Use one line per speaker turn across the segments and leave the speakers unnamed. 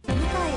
蘭の調和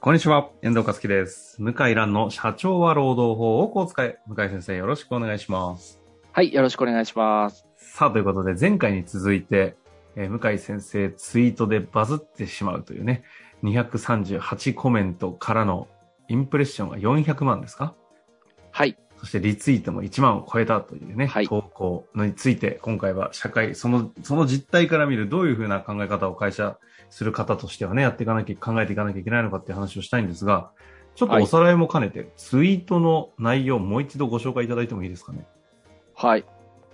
こんにちは、遠藤和樹です。向井蘭の社長は労働法をこう使え。向井先生、よろしくお願いします。
はい、よろしくお願いします。
さあ、ということで、前回に続いて、えー向井先生、ツイートでバズってしまうというね、238コメントからのインプレッションが400万ですか
はい、
そしてリツイートも1万を超えたというね、
はい
投稿のについて、今回は社会、その、その実態から見るどういうふうな考え方を会社する方としてはね、やっていかなきゃ、考えていかなきゃいけないのかっていう話をしたいんですが、ちょっとおさらいも兼ねて、ツイートの内容をもう一度ご紹介いただいてもいいですかね。
はい。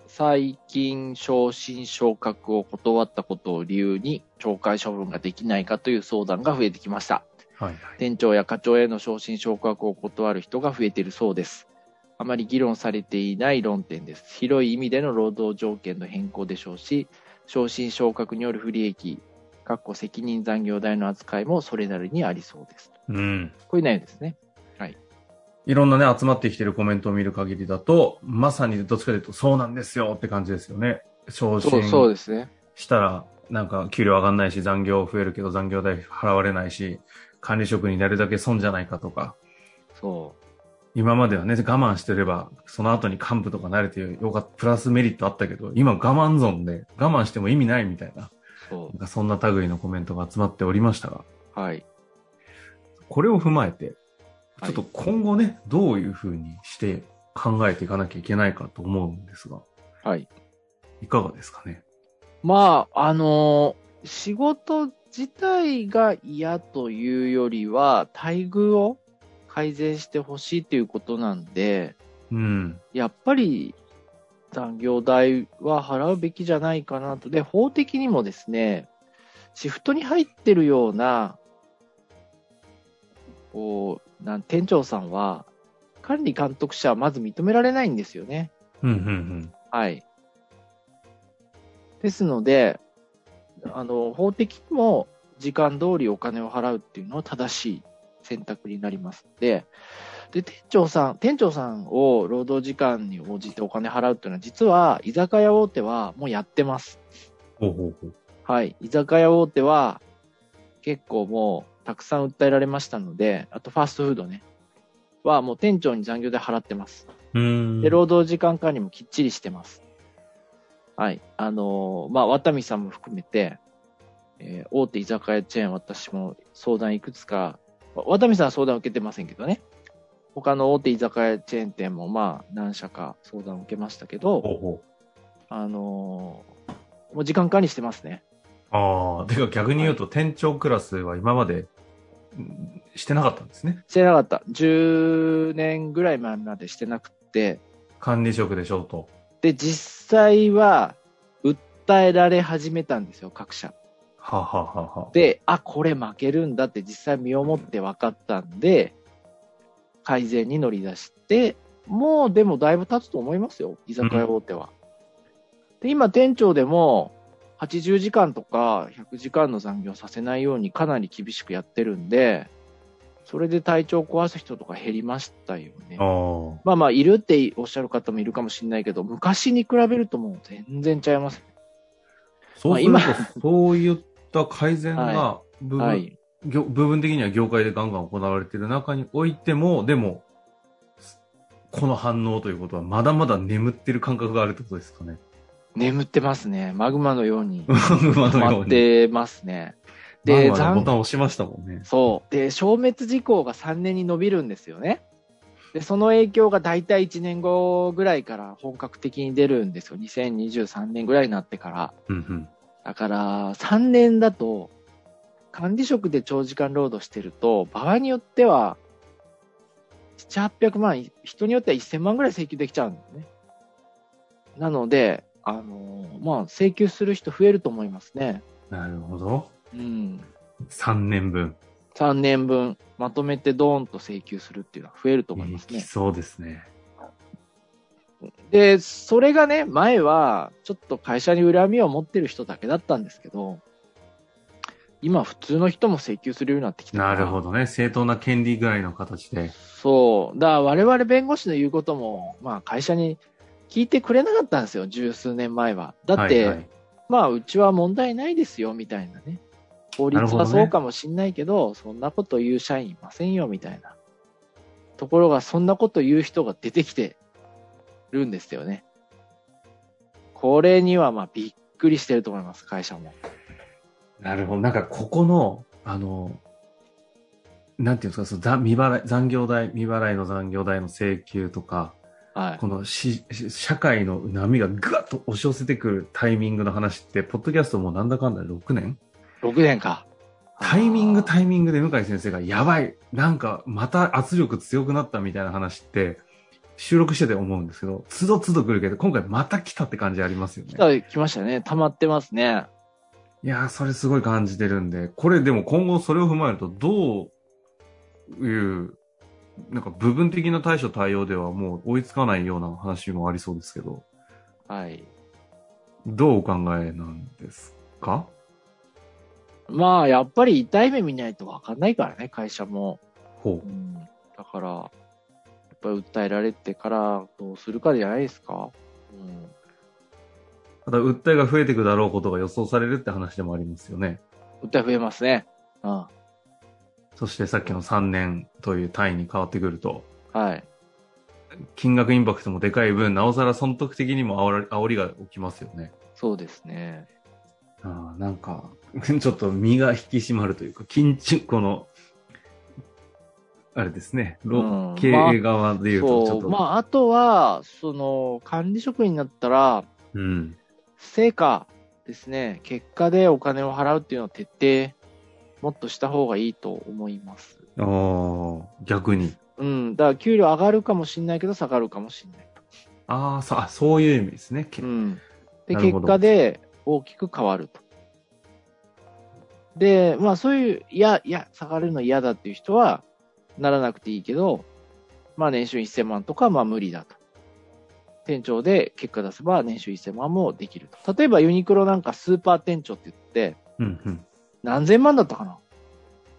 最近、昇進昇格を断ったことを理由に、懲戒処分ができないかという相談が増えてきました。
はいはい。
店長や課長への昇進昇格を断る人が増えているそうです。あまり議論されていない論点です。広い意味での労働条件の変更でしょうし、昇進昇格による不利益、かっこ責任残業代の扱いもそれなりにありそうです。
うん。
こういう内容ですね。
いろんなね、集まってきてるコメントを見る限りだと、まさにどっちかというと、そうなんですよって感じですよね。昇進
そうそうですね。
したら、なんか給料上がんないし、残業増えるけど残業代払われないし、管理職になるだけ損じゃないかとか、
そう。
今まではね、我慢してれば、その後に幹部とかなれてよかった、プラスメリットあったけど、今我慢損で、我慢しても意味ないみたいな、
そ
なんかそんな類のコメントが集まっておりましたが、
う。はい。
これを踏まえて、ちょ
は
っ
い
と今後ね、どういうふうにして考えていかなきゃいけないかと思うんですが、
はい。
いかがですかね。
まあ、あの仕事自体が嫌というよりは、待遇を改善してほしいということなんで、
うん。
やっぱり残業代は払うべきじゃないかなと。で、法的にもですね、シフトに入ってるような、こう、なん店長さんは、管理監督者はまず認められないんですよね。
うん、うん、
はい。ですので、あの、法的にも時間通りお金を払うっていうのは正しい選択になりますので、で、店長さん、店長さんを労働時間に応じてお金払うっていうのは、実は居酒屋大手はもうやってます。
うん。ほうほうほう。
はい。居酒屋大手は結構もうたくさん訴えられましたので、あとファーストフードね、はもう店長に残業で払ってます。
うーん。
で、労働時間管理もきっちりしてます。はい。あのーまあ、渡見さんも含めて、えー大手居酒屋チェーン、私も相談いくつか、わ渡見さんは相談受けてませんけどね。他の大手居酒屋チェーン店も、まあ、何社か相談を受けましたけど、
ほうほう。
あのーもう時間管理してますね。
ああ、てか逆に言うと、店長クラスは今までうんしてなかったんですね。
してなかった。10年ぐらい前までしてなくて、
管理職でしょうと。
で、実際は、訴えられ始めたんですよ、各社。
はあ、はあはあはあ、
で、あ、これ負けるんだって実際身をもって分かったんで、改善に乗り出して、もうでもだいぶ経つと思いますよ、居酒屋大手は。で、今店長でも、80時間とか100時間の残業させないようにかなり厳しくやってるんで、それで体調壊す人とか減りましたよね。
あ
まあまあ、いるっておっしゃる方もいるかもしれないけど、昔に比べるともう全然ちゃいます。
あ。そうする
まあ
と、そういった改善が
は
部分、
はい。
業部分的には業界でガンガン行われている中においても、でも、すこの反応ということは、まだまだ眠ってる感覚があるってことですかね。
眠ってますね。マグマのように。
馬
止
のよ
ま
う
っ
に。
てますね。
で、
で
ボタ
残
ン押しましたもんね。
そう。で、消滅時効が3年に伸びるんですよね。で、その影響が大体1年後ぐらいから本格的に出るんですよ。2023年ぐらいになってから。
うんうん。
だから、3年だと、管理職で長時間労働してると、場合によっては、7、800万、人によっては1000万ぐらい請求できちゃうんだよね。なので、あのーまあ、請求する人増えると思いますね。
なるほど。
うん。
3年分。
3年分、まとめてドーンと請求するっていうのは増えると思います
いき
ね。
そうですね。
で、それがね、前は、ちょっと会社に恨みを持ってる人だけだったんですけど、今、普通の人も請求するようになってきたから
なるほどね。正当な権利ぐらいの形で。
そう。だから我々弁護士の言うことも、まあ会社に聞いてくれなかったんですよ、十数年前は。だって、
はいはい
まあうちは問題ないですよ、みたいなね。法律
なるほど
は
ね
そうかもしんないけど、そんなこと言う社員いませんよ、みたいな。ところが、そんなこと言う人が出てきてるんですよね。これにはまあびっくりしてると思います、会社も。
なるほど。なんか、ここの、あの、なんていうんですか、そのざ未払い、残業代、未払いの残業代の請求とか、
はい。
このしし社会の波がぐわっと押し寄せてくるタイミングの話って、ポッドキャストもなんだかんだで6年
6年か。
タイミング
イ
タイミングで向井先生がやばい、なんかまた圧力強くなったみたいな話って、収録してて思うんですけど、つどつど来るけど、今回また来たって感じありますよね。
来た来ましたね。溜まってますね。
いやー、それすごい感じてるんで、これでも今後それを踏まえると、どういう、なんか部分的な対処対応ではもう追いつかないような話もありそうですけど、
はい。
どうお考えなんですか
まあ、やっぱり痛い目見ないと分かんないからね、会社も。
ほ
う
う。
ん、だから、やっぱり訴えられてからどうするかじゃないですか。うん、
ただ、訴えが増えていくだろうことが予想されるって話でもありますよね。
訴え増えますね。うん。は
そしてさっきの3年という単位に変わってくると、
い。
金額インパクトもでかい分、なおさら損得的にも煽ら煽りが起きますよね。
そうですね。
ああ、なんか、 ちょっと身が引き締まるというか、緊張、この、あれですね、
う
ロ
ん
経営側で言うと、ちょ
そ
っ
う。
と、
まあ、あとは、その、管理職になったら、
うん。
成果ですね、結果でお金を払うっていうのを徹底、もっとした方がいいと思います。
ああ、逆に。
うん。だから、給料上がるかもしんないけど、下がるかもしんない。
ああ、そあそういう意味ですね。け
うん、で
なる
結
ほど
果で大きく変わると。で、まあそういう、いや、いや、下がるの嫌だっていう人は、ならなくていいけど、まあ年収1000万とかはまあ無理だと。店長で結果出せば年収1000万もできると。例えばユニクロなんかスーパー店長って言って、
うんうん。
何千万だったかな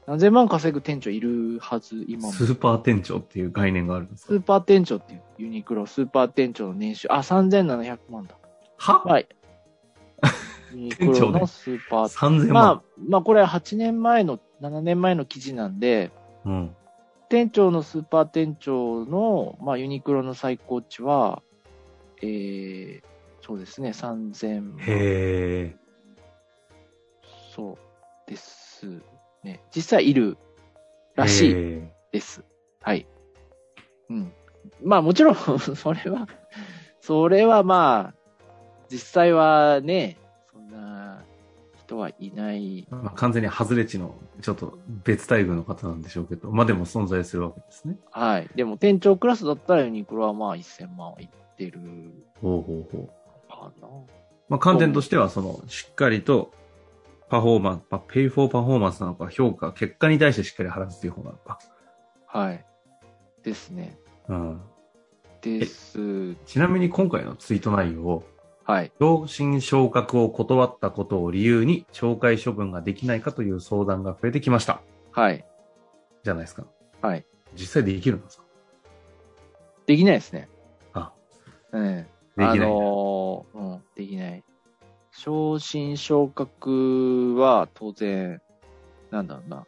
何千万稼ぐ店長いるはず、今も。
スーパー店長っていう概念があるんです
ス
か
ーパー店長っていう、ユニクロスーパー店長の年収、あ、3700万だ。
は、
はい。ユニクロのスーパー。
?3000 万。
まあ、まあこれは8年前の、7年前の記事なんで、
うん。
店長のスーパー店長の、まあユニクロの最高値は、えー、そうですね、3000万。
へえ。
そうですね。実際いるらしい
へ
です。はい。うん。まあもちろん、 それは、それはまあ、実際はね、そんな人はいない
え。まあ、完全に外れ値の、ちょっと別待遇の方なんでしょうけど、まあでも存在するわけですね。
はい。でも店長クラスだったらユニクロはまあ1000万はいってる
ほうほうほう。
かな。
まあ、観点としては、その、しっかりと、パフォーマンス、まあ、ペイフォーパフォーマンスなのか、評価、結果に対してしっかり払うっていう方なのか。
はい。ですね。
うん。
です。
ちなみに今回のツイート内容を、
はい。
昇進昇格を断ったことを理由に、懲戒処分ができないかという相談が増えてきました。
はい。
じゃないですか。
はい。
実際できるんですか
できないですね。
あ、
うん。
できない。
あのーうん、できない。昇進昇格は当然、なんだろうな。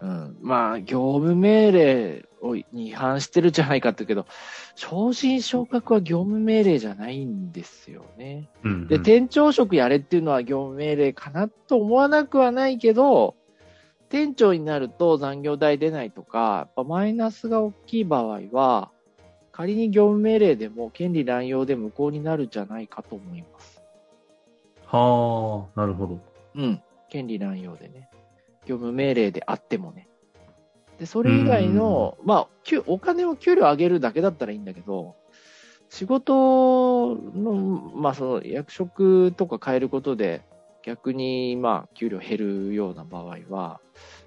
うん。まあ、業務命令をに違反してるじゃないかって言うけど、昇進昇格は業務命令じゃないんですよね。
うんうん
で、店長職やれっていうのは業務命令かなと思わなくはないけど、店長になると残業代出ないとか、やっぱマイナスが大きい場合は、仮に業務命令でも権利乱用で無効になるんじゃないかと思います。
はあ、なるほど。
うん。権利乱用でね。業務命令であってもね。で、それ以外の、まあ、給お金を給料上げるだけだったらいいんだけど、仕事の、まあ、その役職とか変えることで、逆に、まあ、給料減るような場合は、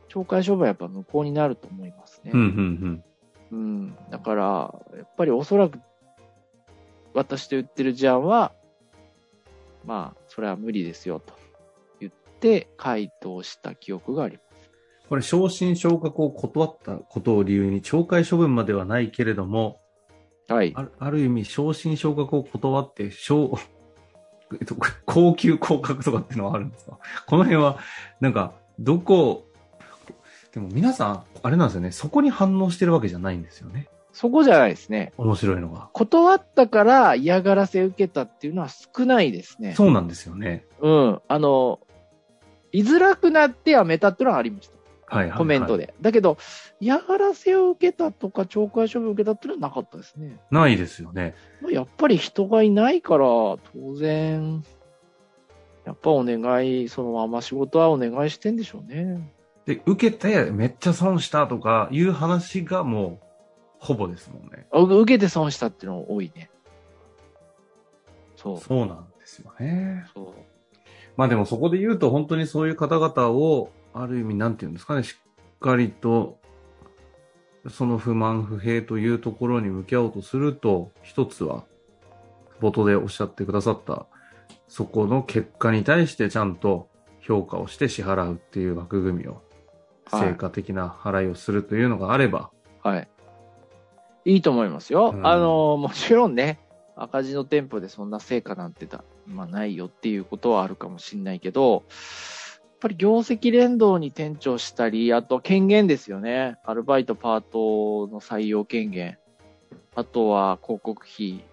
懲戒処分はやっぱ無効になると思いますね。
うん、うん、
うん、だから、やっぱりおそらく、私と言ってるジャンは、まあ、それは無理ですよと言って回答した記憶がありま
これ、昇進昇格を断ったことを理由に、懲戒処分まではないけれども、
す。はい。
あるある意味、昇進昇格を断って、昇、えっと、 高級降格とかっていうのはあるんですかこの辺は、なんか、どこ、でも皆さん、あれなんですよね、そこに反応してるわけじゃないんですよね。
そこじゃないですね。
面白いのが。
断ったから嫌がらせ受けたっていうのは少ないですね。
そうなんですよね。
うん。あの、居づらくなってやめたっていうのはありました。
はいはい、はい。
コメントで。。だけど、嫌がらせを受けたとか、懲戒処分を受けたっていうのはなかったですね。
ないですよね。
まあやっぱり人がいないから、当然、やっぱお願い、そのまま仕事はお願いしてんでしょうね。
で、受けてめっちゃ損したとかいう話がもう、ほぼですもんね。
あ受けて損したっていうの多いね。そう。
そうなんですよね。
そう
まあでもそこで言うと本当にそういう方々を、ある意味なんていうんですかね、しっかりと、その不満不平というところに向き合おうとすると、一つは、冒頭でおっしゃってくださった、そこの結果に対してちゃんと評価をして支払うっていう枠組みを、
はい
成果的な払いをするというのがあれば、
はい。いいと思いますよ。
うん
あの、もちろんね、赤字の店舗でそんな成果なんてだ、まあないよっていうことはあるかもしれないけど、やっぱり業績連動に店長したり、あと権限ですよね。アルバイトパートの採用権限。あとは広告費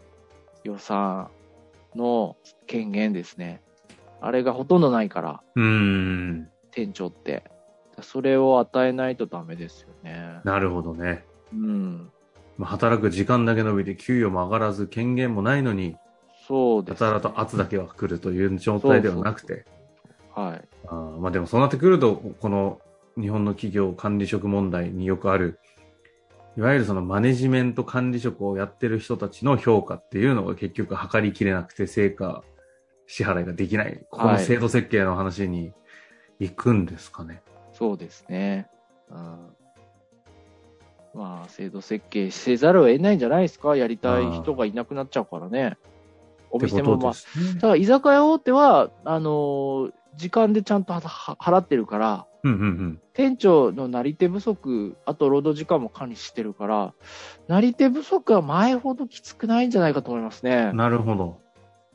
予算の権限ですね。あれがほとんどないから、
うーん、
店長って。それを与えないとダメですよね。
なるほどね。
うん。
まあ働く時間だけ伸びて給与も上がらず権限もないのに、
そうで
や
す、
たらと圧だけは来るという状態ではなくて、
はい。
あーまあでもそうなってくると、この日本の企業管理職問題によくある、いわゆるそのマネジメント管理職をやってる人たちの評価っていうのが結局測りきれなくて成果支払いができない。ここの制度設計の話に行くんですかね。
そうですね。うん。まあ、制度設計せざるを得ないんじゃないですか。やりたい人がいなくなっちゃうからね。お
って
店
こ
も
と
ま
で
あ、
すね。
ただ居酒屋大手は、あのー時間でちゃんとはは払ってるから、
うんうんうん。
店長のなり手不足、あと労働時間も管理してるから、なり手不足は前ほどきつくないんじゃないかと思いますね。
なるほど。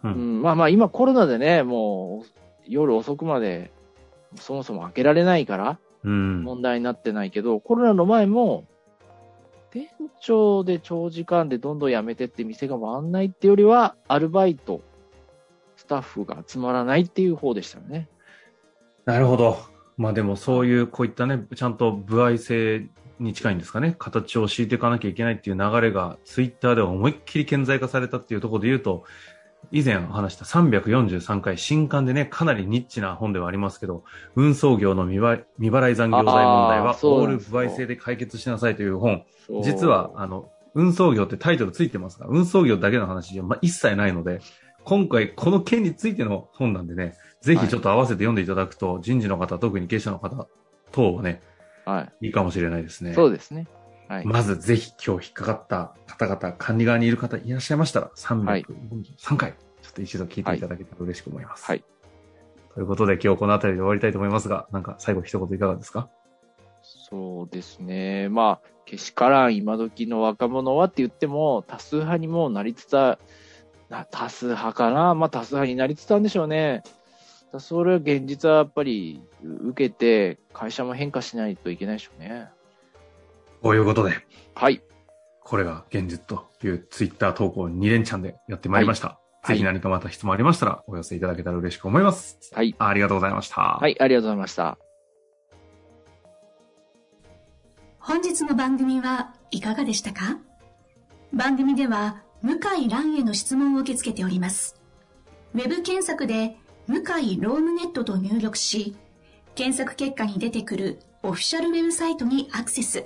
う。
うんん、まあまあ今コロナでね、もう夜遅くまでそもそも開けられないから、
うん。
問題になってないけど、コロナの前も、店長で長時間でどんどん辞めてって店が回んないってよりは、アルバイト、スタッフが集まらないっていう方でしたよね。
なるほど。まあでもそういう、こういったね、ちゃんと歩合制に近いんですかね、形を敷いていかなきゃいけないっていう流れが、ツイッターでは思いっきり顕在化されたっていうところで言うと、以前話した343回、新刊でね、かなりニッチな本ではありますけど、運送業の未払い未払い残業罪問題
あ
は
ー、そう
オー
なん
ル
です
歩合制で解決しなさいという本、
そう
実は、あの、運送業ってタイトルついてますが、運送業だけの話じゃ、まあ、一切ないので、今回この件についての本なんでね、ぜひちょっと合わせて読んでいただくと、人事の方、特に経営者の方等はね、
はい
いかもしれないですね。
そうですね。はい。
まずぜひ今日引っかかった方々、管理側にいる方いらっしゃいましたら、
はい
343回、ちょっと一度聞いていただけたら嬉しく思います。
はい。
ということで今日この辺りで終わりたいと思いますが、なんか最後一言いかがですか
そうですね。まあ、けしからん今時の若者はって言っても、多数派にもうなりつつあ、な多数派かな。まあ、多数派になりつつあるんでしょうね。だそれは現実はやっぱりう受けて、会社も変化しないといけないでしょうね。
こういうことで、
はい。
これが現実というツイッター投稿2連チャンでやってまいりました。
はい
ぜひ何かまた質問ありましたらお寄せいただけたら嬉しく思います。
はい。
ありがとうございました。
はい、ありがとうございました。
本日の番組はいかがでしたか番組では向井蘭への質問を受け付けております。ウェブ検索で向井ロームネットと入力し、検索結果に出てくるオフィシャルウェブサイトにアクセス。